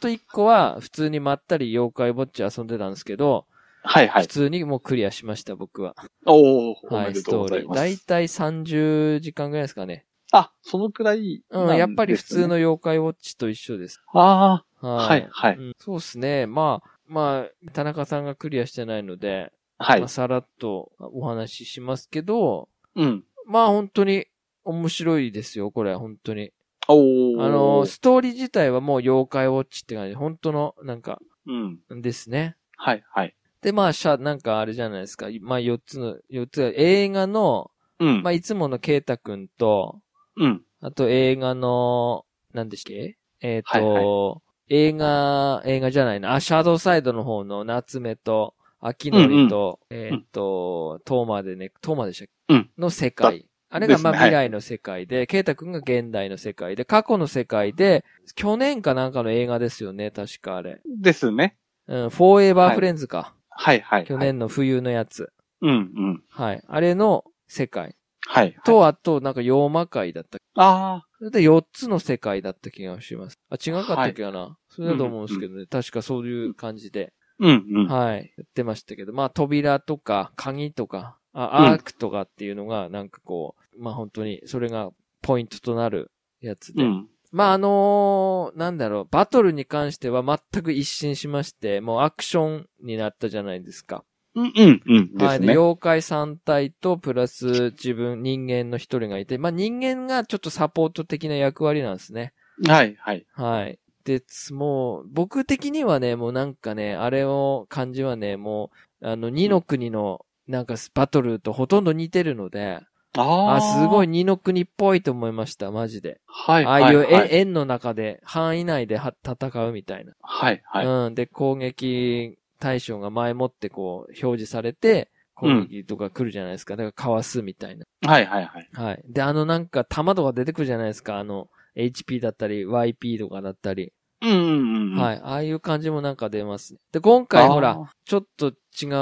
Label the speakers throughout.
Speaker 1: と1個は、普通にまったり妖怪ウォッチ遊んでたんですけど、
Speaker 2: はいは
Speaker 1: 普
Speaker 2: い。
Speaker 1: 通にもうクリアしました、僕は。
Speaker 2: おお、お
Speaker 1: は
Speaker 2: め
Speaker 1: い、
Speaker 2: で
Speaker 1: ス
Speaker 2: と
Speaker 1: ト
Speaker 2: うござ
Speaker 1: ー
Speaker 2: い
Speaker 1: リ
Speaker 2: ま
Speaker 1: ー。
Speaker 2: す。
Speaker 1: だいたい30時間ぐらいですかね。
Speaker 2: あ、そのくらいなんですね、
Speaker 1: うん、やっぱり普通の妖怪ウォッチと一緒です。
Speaker 2: ああ、
Speaker 1: は
Speaker 2: はいはい
Speaker 1: い。。うんそうですね。まあ、まあ、田中さんがクリアしてないので、
Speaker 2: はい
Speaker 1: まあ、。さらっとお話ししますけど、
Speaker 2: うん。
Speaker 1: まあ本当に面白いですよ、これ、本当に。
Speaker 2: おお。
Speaker 1: あの、ストーリー自体はもう妖怪ウォッチって感じ、本当の、なんか、
Speaker 2: うん。
Speaker 1: ですね。
Speaker 2: はいはい。
Speaker 1: で、まあ、しゃ、なんかあれじゃないですか。まあ、4つの、4つが、映画の、
Speaker 2: うん。
Speaker 1: まあ、いつものケイタくんと、
Speaker 2: うん。
Speaker 1: あと映画の、何でしたっけえっ、と、
Speaker 2: はい
Speaker 1: 映画、映画じゃないな、あ、シャドウサイドの方の夏目と、秋のりと、えっ、と、トーマでね、トーマでしたっけ、
Speaker 2: うん
Speaker 1: の世界。あれが、
Speaker 2: です
Speaker 1: ま
Speaker 2: ね
Speaker 1: あ、
Speaker 2: はい
Speaker 1: 未来の世界で、ケイタ君が現代の世界で、過去の世界で、去年かなんかの映画ですよね、確かあれ。
Speaker 2: ですね。
Speaker 1: うん、フォーエバーフレンズか。
Speaker 2: はいはい、はい。
Speaker 1: 去。年の冬のやつ。
Speaker 2: うんうん。
Speaker 1: はい。あれの世界。
Speaker 2: はい、はい。
Speaker 1: と、あと、なんか、妖魔界だった
Speaker 2: ああ、
Speaker 1: それで4つの世界だった気がします。あ、違かったっけかな、それだと思うんですけどね。確かそういう感じで、
Speaker 2: うんうん。
Speaker 1: はい。やってましたけど、まあ扉とか鍵とか、
Speaker 2: うん
Speaker 1: あアークとかっていうのがなんかこう、まあ本当にそれがポイントとなるやつで。
Speaker 2: うん。
Speaker 1: まああのーなんだろう、バトルに関しては全く一新しまして、もうアクションになったじゃないですか。
Speaker 2: うんうんうん。で
Speaker 1: は
Speaker 2: す
Speaker 1: い。
Speaker 2: ね。
Speaker 1: 妖怪3体と、プラス自分、人間の一人がいて、まあ人間がちょっとサポート的な役割なんですね。
Speaker 2: はいはい。
Speaker 1: はい。で、つもう、僕的にはね、もうなんかね、あれを、感じはね、もう、あの、二の国の、なんかスバトルとほとんど似てるので、
Speaker 2: ああ。
Speaker 1: あ、すごい。二の国っぽいと思いました、マジで。
Speaker 2: はい
Speaker 1: あ
Speaker 2: はい。
Speaker 1: あいう
Speaker 2: は
Speaker 1: 円
Speaker 2: い
Speaker 1: 円の中で、範囲内では戦うみたいな。
Speaker 2: はいはい。
Speaker 1: うん。で、攻撃対象が前もってこう、表示されて、攻撃とか来るじゃないですか。だから、かわすみたいな。
Speaker 2: はいはいはい。
Speaker 1: はい。で、あのなんか、弾とか出てくるじゃないですか。あの、HP だったり、YP とかだったり。
Speaker 2: うんうんうん。。
Speaker 1: はいい。ああいう感じもなんか出ますね。で、今回ほ
Speaker 2: あ
Speaker 1: ら
Speaker 2: ー、
Speaker 1: ちょっと違う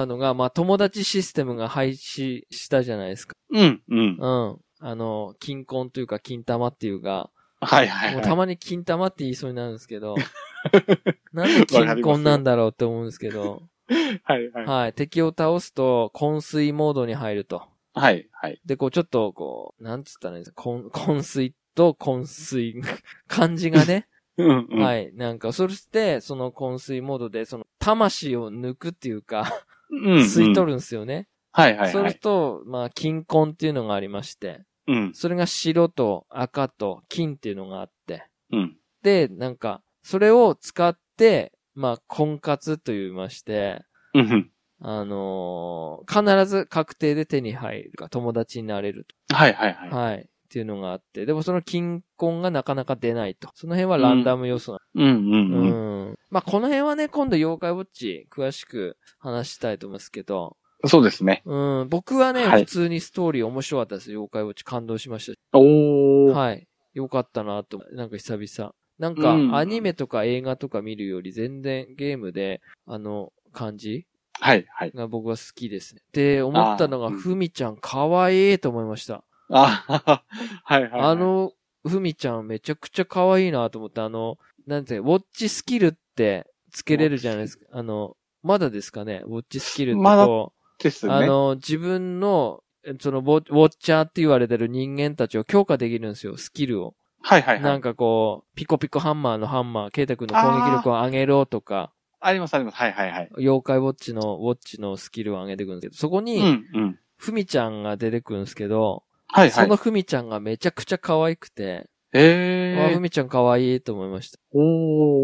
Speaker 1: のが、まあ、友達システムが廃止したじゃないですか。
Speaker 2: うんうん。
Speaker 1: うん。あの、金婚というか、金玉っていうか、
Speaker 2: はいはい
Speaker 1: も
Speaker 2: は
Speaker 1: う
Speaker 2: い。
Speaker 1: たまに金玉って言いそうになるんですけ ど、なんで金婚なんだろうって思うんですけど、
Speaker 2: はいは い。
Speaker 1: はい。敵を倒すと、昏睡モードに入ると。
Speaker 2: はいはい。
Speaker 1: で、こう、ちょっと、こう、なんつったらいいんですか、昏昏睡と昏睡、 漢字がね、
Speaker 2: うんうん。
Speaker 1: はい。なんか、そして、その昏睡モードで、その、魂を抜くっていうか、
Speaker 2: うんうん。
Speaker 1: 吸い取
Speaker 2: る。
Speaker 1: るんですよね。
Speaker 2: はいはい
Speaker 1: そ
Speaker 2: は
Speaker 1: れ
Speaker 2: い。
Speaker 1: と、まあ、金婚っていうのがありまして、
Speaker 2: うん
Speaker 1: それが白と赤と金っていうのがあって、
Speaker 2: うん。
Speaker 1: で、なんか、それを使って、まあ、婚活と言いまして、
Speaker 2: うんうん。
Speaker 1: あのー必ず確定で手に入るか、友達になれる
Speaker 2: はいはいはい
Speaker 1: と。。はい。っていうのがあって、でもその金婚がなかなか出ないと。その辺はランダム要素
Speaker 2: うんうんうん。
Speaker 1: うん。まあ、この辺はね、今度妖怪ウォッチ、詳しく話したいと思いますけど、
Speaker 2: そうですね。
Speaker 1: うん、僕はね、
Speaker 2: はい
Speaker 1: 普通にストーリー面白かったです。妖怪ウォッチ感動しまし
Speaker 2: お
Speaker 1: た。
Speaker 2: ー。
Speaker 1: はい。よかったなと、なんか久々。なんか、
Speaker 2: うん
Speaker 1: アニメとか映画とか見るより全然ゲームで、あの、感じ
Speaker 2: はいはい。
Speaker 1: が僕は好きですね。で、思ったのが、
Speaker 2: あーうん
Speaker 1: ふみちゃん可愛いと思いました。
Speaker 2: あはいはいはい。
Speaker 1: あ、の、ふみちゃんめちゃくちゃ可愛いなと思って、あの、なんて、ウォッチスキルってつけれるじゃないですか。あの、まだですかね、ウォッチスキルって
Speaker 2: まだ
Speaker 1: こ
Speaker 2: です
Speaker 1: う、
Speaker 2: ね。
Speaker 1: あの、自分の、えそのウォ、ウォッチャーって言われてる人間たちを強化できるんですよ、スキルを。
Speaker 2: はいはいは
Speaker 1: ないん。かこう、ピコピコハンマーのハンマー、ケイタ君の攻撃力を上げろとか、
Speaker 2: ありますあります。はいはいはい。
Speaker 1: 妖怪ウォッチの、ウォッチのスキルを上げてくるんですけど、そこ
Speaker 2: う
Speaker 1: に、
Speaker 2: んうん。
Speaker 1: ふみちゃんが出てくるんですけど、
Speaker 2: はいは
Speaker 1: その
Speaker 2: い。
Speaker 1: ふみちゃんがめちゃくちゃ可愛くて、わあ
Speaker 2: え
Speaker 1: ふ
Speaker 2: ー。
Speaker 1: みちゃん可愛いと思いました。う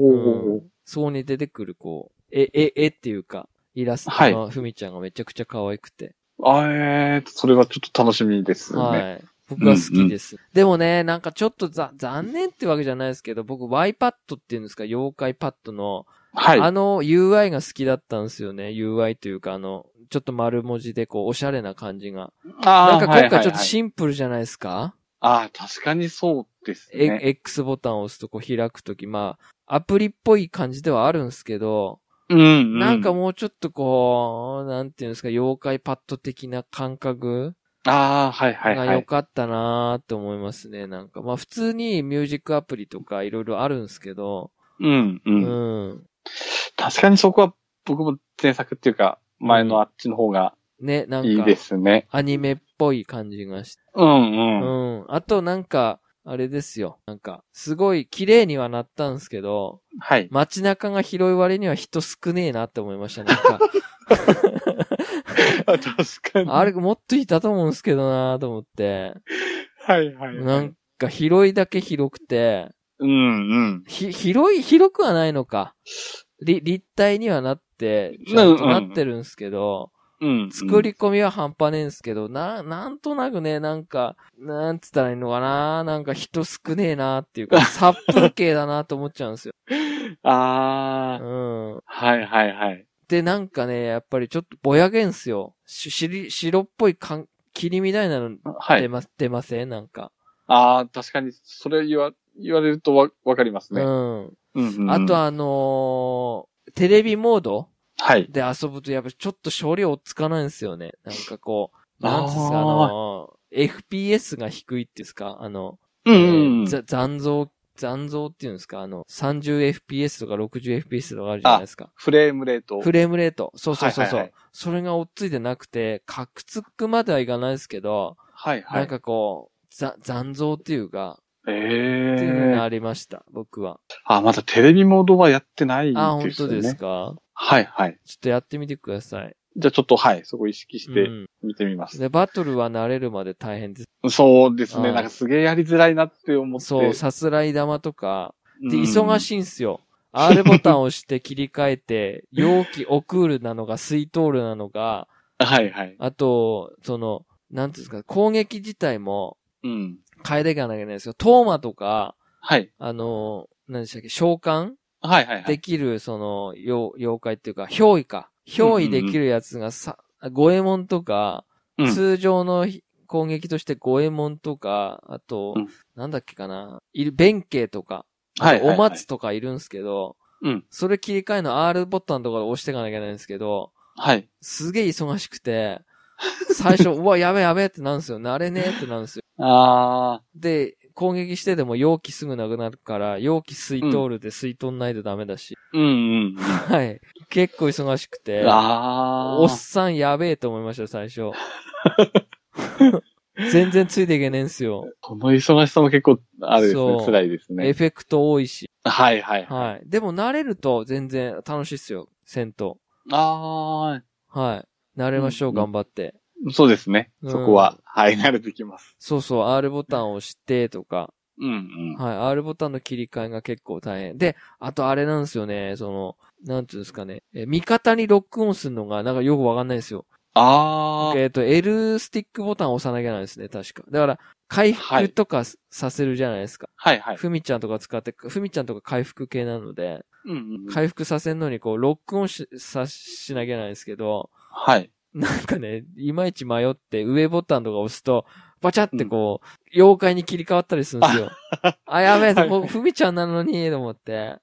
Speaker 2: おー
Speaker 1: ん。そこに出てくる、こう、え、え、えっていうか、イラスト
Speaker 2: はい
Speaker 1: のふみちゃんがめちゃくちゃ可愛くて。
Speaker 2: あえー、それはちょっと楽しみですね。
Speaker 1: はい。僕は好きです。でもね、なんかちょっとざ、残念ってわけじゃないですけど、僕 YPad っていうんですか、妖怪パッドの、
Speaker 2: はい。
Speaker 1: あの UI が好きだったんですよね。UI というか、あの、ちょっと丸文字でこう、おしゃれな感じが。な
Speaker 2: あー
Speaker 1: んか今回ちょっと
Speaker 2: はいはいはい
Speaker 1: シンプルじゃないですか、
Speaker 2: ああ、確かにそうです
Speaker 1: え
Speaker 2: ね。
Speaker 1: ?X ボタンを押すとこう開くとき、まあ、アプリっぽい感じではあるんですけど、
Speaker 2: うん、うん。
Speaker 1: なんかもうちょっとこう、なんていうんですか、妖怪パッド的な感覚
Speaker 2: ああ、はいはい
Speaker 1: が
Speaker 2: は
Speaker 1: 良
Speaker 2: い。
Speaker 1: かったなーって思いますね、なんか。まあ普通にミュージックアプリとかいろいろあるんですけど、
Speaker 2: うん、う。
Speaker 1: うんん。
Speaker 2: 確かにそこは僕も前作っていうか、前のあっちの方が
Speaker 1: ね、ないん
Speaker 2: い
Speaker 1: か
Speaker 2: で、すね。
Speaker 1: アニメっぽい感じがして。
Speaker 2: うん、うん。
Speaker 1: うん。あとなんか、あれですよ。なんか、すごい綺麗にはなったんですけど、
Speaker 2: はい。
Speaker 1: 街中が広い割には人少ねえなって思いました。なんか、
Speaker 2: あ 確か に。
Speaker 1: あれもっといたと思うんですけどなと思って。
Speaker 2: はいはい。
Speaker 1: なんか広いだけ広くて、
Speaker 2: うん、うん。
Speaker 1: ひ、広い、広くはないのか。り、立体にはなって、ちゃんとなってるんですけど、
Speaker 2: うん。
Speaker 1: 作り込みは半端ねえんですけど、な、なんとなくね、なんか、なんつったらいいのかななんか人少ねえなっていう か、殺風景だなと思っちゃうんですよ。
Speaker 2: ああ、
Speaker 1: うん。
Speaker 2: はいはいはい。
Speaker 1: で、なんかね、やっぱりちょっとぼやけんすよ。し、しり、白っぽいかん、霧みたいなの
Speaker 2: は
Speaker 1: 出
Speaker 2: い。
Speaker 1: ま、出ませんなんか。
Speaker 2: ああ、確かに、それ言わ、言われるとわ、わかりますね。
Speaker 1: うん。
Speaker 2: うん、うんうん。
Speaker 1: あと、あのーテレビモード
Speaker 2: はい。
Speaker 1: で遊ぶとやっぱちょっと勝利落ち着かないんですよね。なんかこう、なんつうんですか、
Speaker 2: あ
Speaker 1: あ
Speaker 2: ー
Speaker 1: のー FPS が低いっていうんですか、あの、
Speaker 2: うんうんう
Speaker 1: え
Speaker 2: ん。
Speaker 1: ーざ残像、残像っていうんですか、あの、30fps とか 60fps とかあるじゃないですか。
Speaker 2: フレームレート。
Speaker 1: フレームレート。そうそうそうそう、
Speaker 2: はいはいはい
Speaker 1: それが追っついてなくて、かくつくまではいかないですけど、
Speaker 2: はいは
Speaker 1: なん
Speaker 2: い。
Speaker 1: かこう、ざ残像っていうか、
Speaker 2: え
Speaker 1: っていうのが
Speaker 2: え。
Speaker 1: ありました、僕は。
Speaker 2: あ、まだテレビモードはやってないんです
Speaker 1: あ、
Speaker 2: よね。
Speaker 1: 本当ですか
Speaker 2: はいはい。
Speaker 1: ちょっとやってみてください。
Speaker 2: じゃあちょっと、はい、そこ意識し
Speaker 1: う
Speaker 2: て
Speaker 1: ん。
Speaker 2: 見てみます。
Speaker 1: で、バトルは慣れるまで大変です。
Speaker 2: そうです
Speaker 1: う
Speaker 2: ね。
Speaker 1: ん
Speaker 2: なんかすげえやりづらいなって思って。
Speaker 1: そう、さすらい玉とか、で、
Speaker 2: うん
Speaker 1: 忙しいんすよ。R ボタンを押して切り替え て、容器オクールなのが、水筒ールなのが、
Speaker 2: はいはい。
Speaker 1: あと、その、なんていうんですか、攻撃自体も
Speaker 2: うん。
Speaker 1: 変えていかなきゃいけないんですよ。トーマとか、
Speaker 2: はい。
Speaker 1: あの、何でしたっけ、召喚
Speaker 2: はいはいは
Speaker 1: で
Speaker 2: い。
Speaker 1: きる、その、妖妖怪っていうか、憑依か。憑依できるやつがさ、五右衛門とか、
Speaker 2: うん
Speaker 1: 通常の攻撃として五右衛門とか、あと、
Speaker 2: うん
Speaker 1: なんだっけかな、いる、弁慶とか、
Speaker 2: はいはいはい
Speaker 1: お松とかいるんですけど、
Speaker 2: うん
Speaker 1: それ切り替えの R ボタンとかで押していかなきゃいけないんですけど、
Speaker 2: はい。
Speaker 1: すげえ忙しくて、最 初、うわ、やべえやべえってなるんですよ。慣れねえってなるんですよ。
Speaker 2: あ
Speaker 1: で、攻撃してでも容器すぐなくなるから、容器水筒るで水筒んないとダメだし、
Speaker 2: ー。うんうん。
Speaker 1: はい。結構忙しくて、
Speaker 2: あー。
Speaker 1: おっさんやべえと思いました、最初。 全然ついていけねえんすよ。
Speaker 2: この忙しさも結構、あれです
Speaker 1: そう
Speaker 2: ね、辛いです
Speaker 1: エ
Speaker 2: ね。
Speaker 1: フェクト多いし。
Speaker 2: はいはい。
Speaker 1: はい。でも慣れると全然楽しいっすよ、戦闘。
Speaker 2: あ
Speaker 1: はい。慣れましょう、
Speaker 2: うん
Speaker 1: 頑張って。
Speaker 2: ー、そうですね。
Speaker 1: うん
Speaker 2: そこは、はい、慣れてきます。
Speaker 1: そうそう、R ボタンを押してとか、
Speaker 2: うんうん。
Speaker 1: はい、R ボタンの切り替えが結構大変。で、あとあれなんですよね、その、なんていうんですかね、え味方にロックオンするのがなんかよくわかんないですよ。
Speaker 2: あー。
Speaker 1: えっ、と、L スティックボタンを押さなきゃなんですね、確か。だから、回
Speaker 2: は
Speaker 1: 復
Speaker 2: い
Speaker 1: とかすさせるじゃないですか。
Speaker 2: はいはい。
Speaker 1: ふみちゃんとか使って、ふみちゃんとか回復系なので、
Speaker 2: うんうんうん。
Speaker 1: 回復させるのにこう、ロックオンし、さ、しなきゃなんですけど、
Speaker 2: はい。
Speaker 1: なんかね、いまいち迷って上ボタンとか押すと、バチャってこう、妖怪に切り替わったりするんです よ。あ、やべえ、
Speaker 2: はい
Speaker 1: こうふみちゃんなのに、と思って。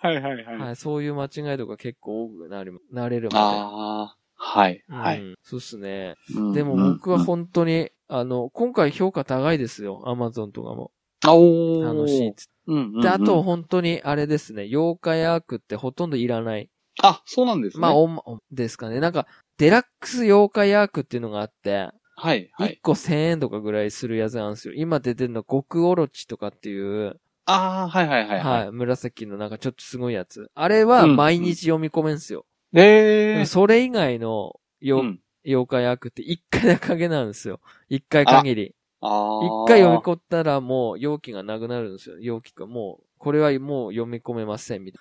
Speaker 2: はいはいはい。
Speaker 1: はい、そういう間違いとか結構多くなり、なれるま
Speaker 2: あー。はい
Speaker 1: で。
Speaker 2: は
Speaker 1: う
Speaker 2: い。
Speaker 1: ん。そうっすね。
Speaker 2: うん
Speaker 1: でも僕は
Speaker 2: うん
Speaker 1: 本当に、あの、今回評価高いですよ。アマゾンとかも。
Speaker 2: あおー。
Speaker 1: 楽しいっつっ
Speaker 2: うんうんうん。
Speaker 1: て。で、あと、本当に、あれですね、妖怪アークってほとんどいらない。
Speaker 2: あ、そうなんですね。
Speaker 1: まあ、おん、おんですかね。なんか、デラックス妖怪アークっていうのがあって、
Speaker 2: はいは
Speaker 1: 1
Speaker 2: い。
Speaker 1: 個1000円とかぐらいするやつなんですよ。今出てるの、極オロチとかっていう、
Speaker 2: あー、はいはいは
Speaker 1: はいい、
Speaker 2: はい。
Speaker 1: 紫のなんかちょっとすごいやつ。あれは
Speaker 2: うん
Speaker 1: 毎日読み込めんすよ。で
Speaker 2: え
Speaker 1: も
Speaker 2: ー。
Speaker 1: それ以外のよ、
Speaker 2: うん
Speaker 1: 妖怪悪って1回だけなんですよ。1回限り。
Speaker 2: あー。
Speaker 1: 1回読み込んだらもう容器がなくなるんですよ。容器がもう、これはもう読み込めません、みた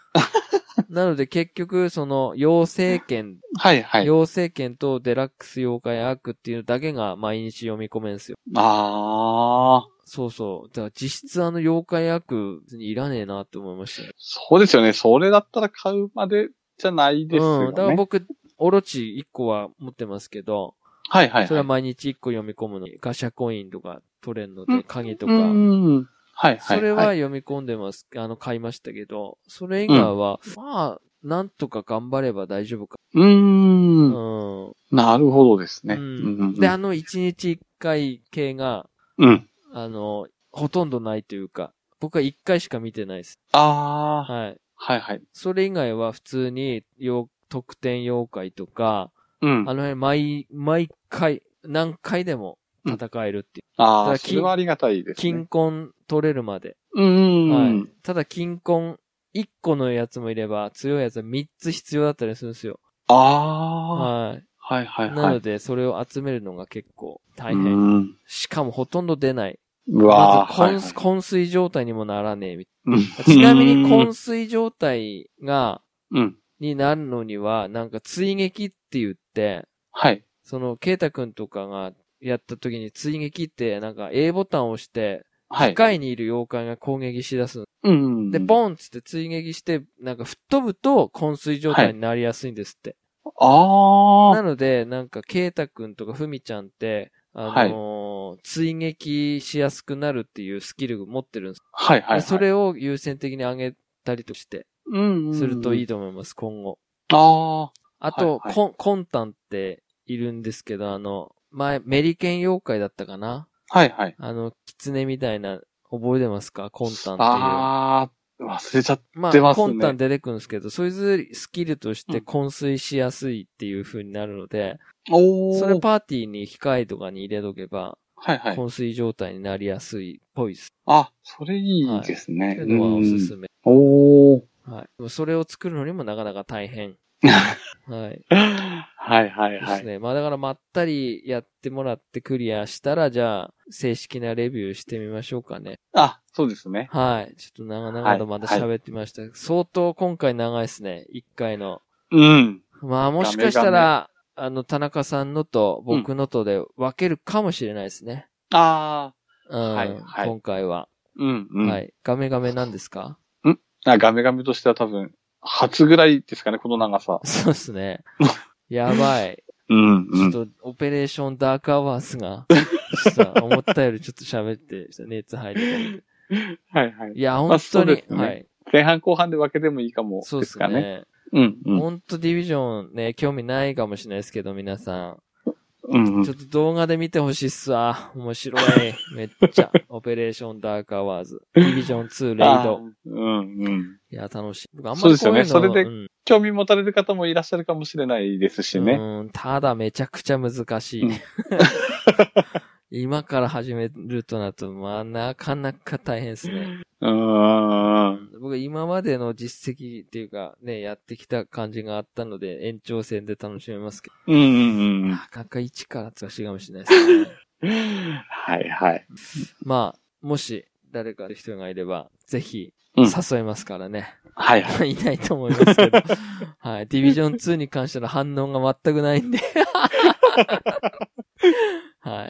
Speaker 1: い な。なので結局、その、妖精剣、
Speaker 2: はいはい。
Speaker 1: 妖精剣とデラックス妖怪悪っていうだけが毎日読み込めんすよ。
Speaker 2: あー。
Speaker 1: そうそう。だから実質あの妖怪悪別にいらねえなって思いましたね。
Speaker 2: そうですよね。それだったら買うまでじゃないですよね。
Speaker 1: うん。だから僕、オロチ1個は持ってますけど、
Speaker 2: はいはいはい。
Speaker 1: それは毎日1個読み込むのに、ガシャコインとか取れんの
Speaker 2: う
Speaker 1: で、
Speaker 2: ん
Speaker 1: 鍵と
Speaker 2: と
Speaker 1: か。
Speaker 2: はいはい。
Speaker 1: それは読み込んでます。あの、買いましたけど、それ以外は、まあ、なんとか頑張れば大丈夫か。
Speaker 2: うー。
Speaker 1: うんん。
Speaker 2: なるほどですね。
Speaker 1: う
Speaker 2: うんん
Speaker 1: で、あの、1日1回系が、
Speaker 2: うん。
Speaker 1: あの、ほとんどないというか、僕は1回しか見てないです。
Speaker 2: ああ、
Speaker 1: はい。
Speaker 2: はいはい。
Speaker 1: それ以外は普通に、よ、特典妖怪とか、
Speaker 2: うん
Speaker 1: あ。の辺、毎、毎回、何回でも戦えるっていう。
Speaker 2: あ
Speaker 1: だか
Speaker 2: あ、
Speaker 1: ら
Speaker 2: それはありがたいですね
Speaker 1: 金。婚取れるまで。
Speaker 2: うんうんうん。
Speaker 1: はい。ただ金婚、1個のやつもいれば、強いやつは3つ必要だったりするんですよ。
Speaker 2: あ
Speaker 1: はい。
Speaker 2: あ、はいはい
Speaker 1: な
Speaker 2: は
Speaker 1: の
Speaker 2: い。
Speaker 1: で、それを集めるのが結構大
Speaker 2: う
Speaker 1: 変。
Speaker 2: ん
Speaker 1: しかもほとんど出ない。
Speaker 2: う
Speaker 1: ま
Speaker 2: わ
Speaker 1: ず、
Speaker 2: ー
Speaker 1: 昏、
Speaker 2: はい
Speaker 1: 昏睡状態にもならねえみ
Speaker 2: はい
Speaker 1: たいな。ちなみに、
Speaker 2: うん
Speaker 1: 昏睡状態が、
Speaker 2: うん。
Speaker 1: になるのには、なんか追撃って言って、
Speaker 2: はい。
Speaker 1: その、ケイタくんとかがやった時に追撃って、なんか A ボタンを押して、
Speaker 2: はい。
Speaker 1: 機械にいる妖怪が攻撃しだすの
Speaker 2: うんうんうん。
Speaker 1: で、ボンっつって追撃して、なんか吹っ飛ぶと昏睡状態になりやすいんですって。
Speaker 2: あ
Speaker 1: なので、なんか、ケイタくんとかフミちゃんって、あのー追撃しやすくなるっていうスキルを持ってるんです。
Speaker 2: あ、はいはいはい。
Speaker 1: でそれを優先的に上げたりとして、
Speaker 2: うんうん、
Speaker 1: するといいと思います、今後。
Speaker 2: あ
Speaker 1: あと、
Speaker 2: はいはい
Speaker 1: コン、コンタンっているんですけど、あの、前、メリケン妖怪だったかな
Speaker 2: あ、はいはい。
Speaker 1: あの、狐みたいな、覚えてますかコンタンっていう。
Speaker 2: ああ、忘れちゃっ
Speaker 1: ま
Speaker 2: 出ま
Speaker 1: あ、
Speaker 2: すね
Speaker 1: コンタン出てくるんですけど、そいつスキルとして
Speaker 2: うん
Speaker 1: 昏睡しやすいっていう風になるので、
Speaker 2: おー
Speaker 1: それパーティーに機械とかに入れとけば、
Speaker 2: はいはい。
Speaker 1: 昏睡状態になりやすいっぽいです。
Speaker 2: あ、それいいですね。
Speaker 1: っていうのはおすすめ。
Speaker 2: うんおー
Speaker 1: はい。でもそれを作るのにもなかなか大変。はい。
Speaker 2: はいはい
Speaker 1: で
Speaker 2: は
Speaker 1: す
Speaker 2: い。
Speaker 1: ね。まあだからまったりやってもらってクリアしたら、じゃあ、正式なレビューしてみましょうかね。
Speaker 2: あ、そうですね。
Speaker 1: はい。ちょっと長々とまた喋ってみました。相当今回長いですね。一回の
Speaker 2: うん。
Speaker 1: まあもしかしたら、あの、田中さんのと僕のとで分けるかもしれないですね。
Speaker 2: ああ、
Speaker 1: うん。
Speaker 2: はいはい
Speaker 1: 今回は、
Speaker 2: うんうん。
Speaker 1: はい。ガメガメなんです か
Speaker 2: あガメガメとしては多分、初ぐらいですかね、この長さ。
Speaker 1: そうですね。やばい。
Speaker 2: うんう
Speaker 1: ちょっ
Speaker 2: ん。
Speaker 1: と、オペレーションダークアワースが、さ、思ったよりちょっと喋って、熱入り
Speaker 2: はいはい。
Speaker 1: いや、
Speaker 2: ま
Speaker 1: 本
Speaker 2: あそ
Speaker 1: 当
Speaker 2: うで
Speaker 1: に、
Speaker 2: すね
Speaker 1: はい。
Speaker 2: 前半後半で分けてもいいかも
Speaker 1: そう
Speaker 2: で
Speaker 1: ですす
Speaker 2: かね。
Speaker 1: ね。
Speaker 2: うんうん。
Speaker 1: 本当ディビジョンね、興味ないかもしれないですけど、皆さん。
Speaker 2: うんう
Speaker 1: ちょ
Speaker 2: ん。
Speaker 1: っと動画で見てほしいっすわ。面白 い。めっちゃ。オペレーションダークアワーズ。ディビジョン2レイ
Speaker 2: あ
Speaker 1: ド。
Speaker 2: ーうんうん。
Speaker 1: いや、楽しい。僕あん
Speaker 2: そ
Speaker 1: ま
Speaker 2: う
Speaker 1: り
Speaker 2: です
Speaker 1: こ
Speaker 2: よ
Speaker 1: ういう
Speaker 2: ね
Speaker 1: の
Speaker 2: それで
Speaker 1: ん
Speaker 2: 興味持たれる方もいらっしゃるかもしれないですしね。
Speaker 1: うんただめちゃくちゃ難しい。
Speaker 2: うん
Speaker 1: 今から始めるとなると、まあ、なかなか大変ですね。
Speaker 2: うーん。
Speaker 1: 僕今までの実績っていうか、ね、やってきた感じがあったので、延長戦で楽しめますけ
Speaker 2: うんうんう
Speaker 1: ど、
Speaker 2: ん。
Speaker 1: なかなか一から難しいかもしれないですね。
Speaker 2: はいはい。
Speaker 1: まあ、もし、誰か人がいれば、ぜひ、
Speaker 2: うん
Speaker 1: 誘いますからね。
Speaker 2: はいはい。
Speaker 1: いないと思います けど。はい。ディビジョン2に関しての反応が全くないんで。 は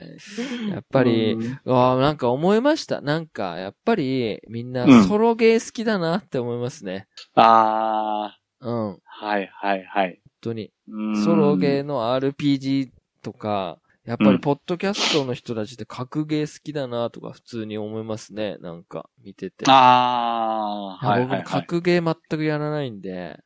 Speaker 1: い。やっぱり、
Speaker 2: うん
Speaker 1: わあなんか思いました。なんか、やっぱり、みんな
Speaker 2: うん
Speaker 1: ソロゲー好きだなって思いますね。
Speaker 2: あ
Speaker 1: うん。
Speaker 2: あ、
Speaker 1: 本
Speaker 2: はいはいはい。
Speaker 1: 当に。
Speaker 2: うん
Speaker 1: ソロゲーの RPG とか、やっぱりポッドキャストの人たちって格ゲー好きだなとか普通に思いますね。なんか、見てて。
Speaker 2: あ
Speaker 1: い
Speaker 2: あ、
Speaker 1: や
Speaker 2: は
Speaker 1: 僕
Speaker 2: いはい、
Speaker 1: も
Speaker 2: はい。
Speaker 1: 格ゲー全くやらないんで。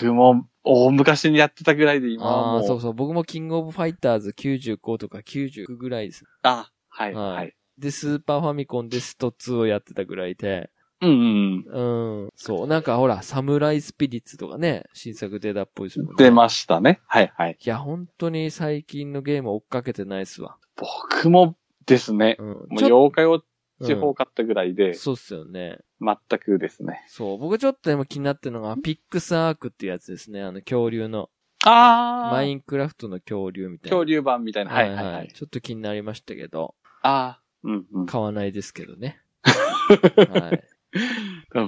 Speaker 2: 僕も、大昔にやってたぐらいで今は
Speaker 1: あ
Speaker 2: も
Speaker 1: あー、
Speaker 2: う。
Speaker 1: そうそう。僕もキングオブファイターズ95とか99ぐらいです。
Speaker 2: あはい
Speaker 1: はい
Speaker 2: はい。
Speaker 1: で、スーパーファミコンでスト2をやってたぐらいで。
Speaker 2: うんうん
Speaker 1: うん。そう。なんかほら、サムライスピリッツとかね、新作出たっぽいですも
Speaker 2: うんん。
Speaker 1: ね。
Speaker 2: 出ましたね。はいはい。
Speaker 1: いや、本当に最近のゲーム追っかけてないっすわ。
Speaker 2: 僕もですね。
Speaker 1: うん。
Speaker 2: もう
Speaker 1: ちょっ
Speaker 2: 妖怪ウォッチ
Speaker 1: うん
Speaker 2: 方買ったぐらいで、
Speaker 1: そうっすよね。
Speaker 2: 全くですね。
Speaker 1: そう。僕ちょっと今気になってるのが、ピックスアークっていうやつですね。あの、恐竜の。
Speaker 2: あ
Speaker 1: マイ
Speaker 2: あ、
Speaker 1: ンクラフトの恐竜みたいな。
Speaker 2: 恐竜版みたいな。はいはいはい。
Speaker 1: ちょっと気になりましたけど。
Speaker 2: ああ、うんうん。
Speaker 1: 買わないですけど ね。はい。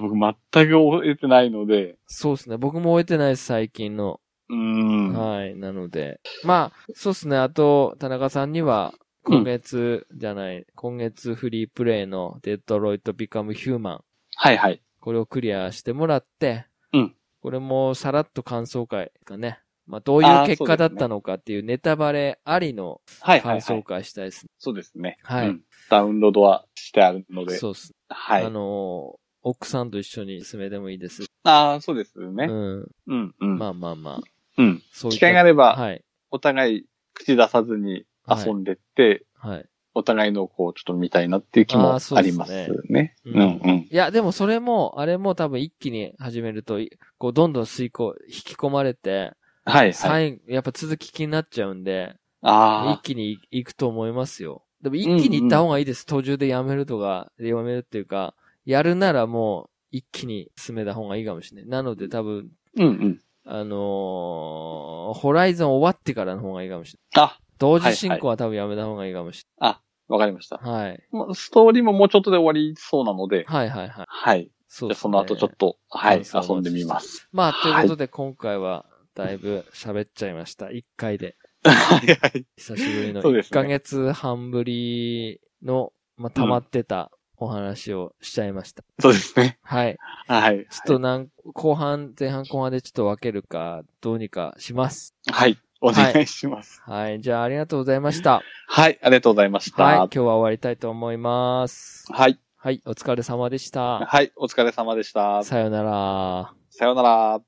Speaker 2: 僕全く覚えてないので、
Speaker 1: そうですね。僕も終えてないです、最近の。
Speaker 2: うーん。
Speaker 1: はい。なので。まあ、そうですね。あと、田中さんには、今月、じゃない、今月フリープレイのデトロイトビカムヒューマン。
Speaker 2: はいはい。
Speaker 1: これをクリアしてもらって、
Speaker 2: うん
Speaker 1: これもさらっと感想会かね。まあ、どういう結
Speaker 2: あーそうですね
Speaker 1: 果だったのかっていうネタバレありの
Speaker 2: はいはい、
Speaker 1: 感
Speaker 2: は
Speaker 1: 想
Speaker 2: い。
Speaker 1: 会したいですね。
Speaker 2: そうですね。
Speaker 1: はい
Speaker 2: うんダウンロードはしてあるので。
Speaker 1: そうですね。
Speaker 2: はい。
Speaker 1: あ
Speaker 2: あ
Speaker 1: のー奥さんと一緒に進めてもいいです。
Speaker 2: あー、そうです
Speaker 1: う
Speaker 2: ね。
Speaker 1: ん。
Speaker 2: うん、うん。
Speaker 1: まあまあまあ。
Speaker 2: うん。
Speaker 1: そうい
Speaker 2: 機会があれば、
Speaker 1: はい。
Speaker 2: お互い口出さずに遊んでって、
Speaker 1: はい。
Speaker 2: お互いのこう、ちょっと見たいなっていう気も
Speaker 1: あーそう
Speaker 2: あ
Speaker 1: で
Speaker 2: り
Speaker 1: すね
Speaker 2: ますね。
Speaker 1: う
Speaker 2: うんんうん。
Speaker 1: いや、でもそれも、あれも多分一気に始めると、いこう、どんどん吸い込、引き込まれて、
Speaker 2: はいはい。
Speaker 1: 最後、やっぱ続き気になっちゃうんで、一
Speaker 2: あ
Speaker 1: 気に行くと思いますよ。でも一気に行った方がいいです。途中でやめるとか、やめるっていうか、やるならもう一気に進めた方がいいかもしれない。なので多分、
Speaker 2: あ。うんうん。
Speaker 1: あのーホライゾン終わってからの方がいいかもしれない。
Speaker 2: あ、
Speaker 1: 同時進行は多分やめた方がいいかもし
Speaker 2: わかりました。
Speaker 1: れない。はい。
Speaker 2: もうストーリーももうちょっとで終わりそうなので、
Speaker 1: はいはいはい。
Speaker 2: はい。
Speaker 1: そう
Speaker 2: じ
Speaker 1: ですね
Speaker 2: ゃあその後ちょっと、はい、
Speaker 1: 感想
Speaker 2: 遊
Speaker 1: をお
Speaker 2: んで
Speaker 1: 待ちして
Speaker 2: みます。
Speaker 1: まあ、ということで今回はだいぶ喋っちゃいました。一回で。
Speaker 2: はいはい。
Speaker 1: 久しぶりの
Speaker 2: そうで
Speaker 1: 1
Speaker 2: すね
Speaker 1: ヶ月半ぶりの、まあ、溜まってたお話をしちゃいました。
Speaker 2: そうですね。
Speaker 1: はい。
Speaker 2: はい。
Speaker 1: ちょっとなん、後半、前半後半でちょっと分けるか、どうにかします。
Speaker 2: はい。お願いします。
Speaker 1: はい。じゃあ、ありがとうございました。
Speaker 2: はい、ありがとうございまし
Speaker 1: はい。今
Speaker 2: た。
Speaker 1: 日は終わりたいと思います。
Speaker 2: はい。
Speaker 1: はい。お疲れ様でした。
Speaker 2: はい、お疲れ様でした。
Speaker 1: さよなら。
Speaker 2: さようなら。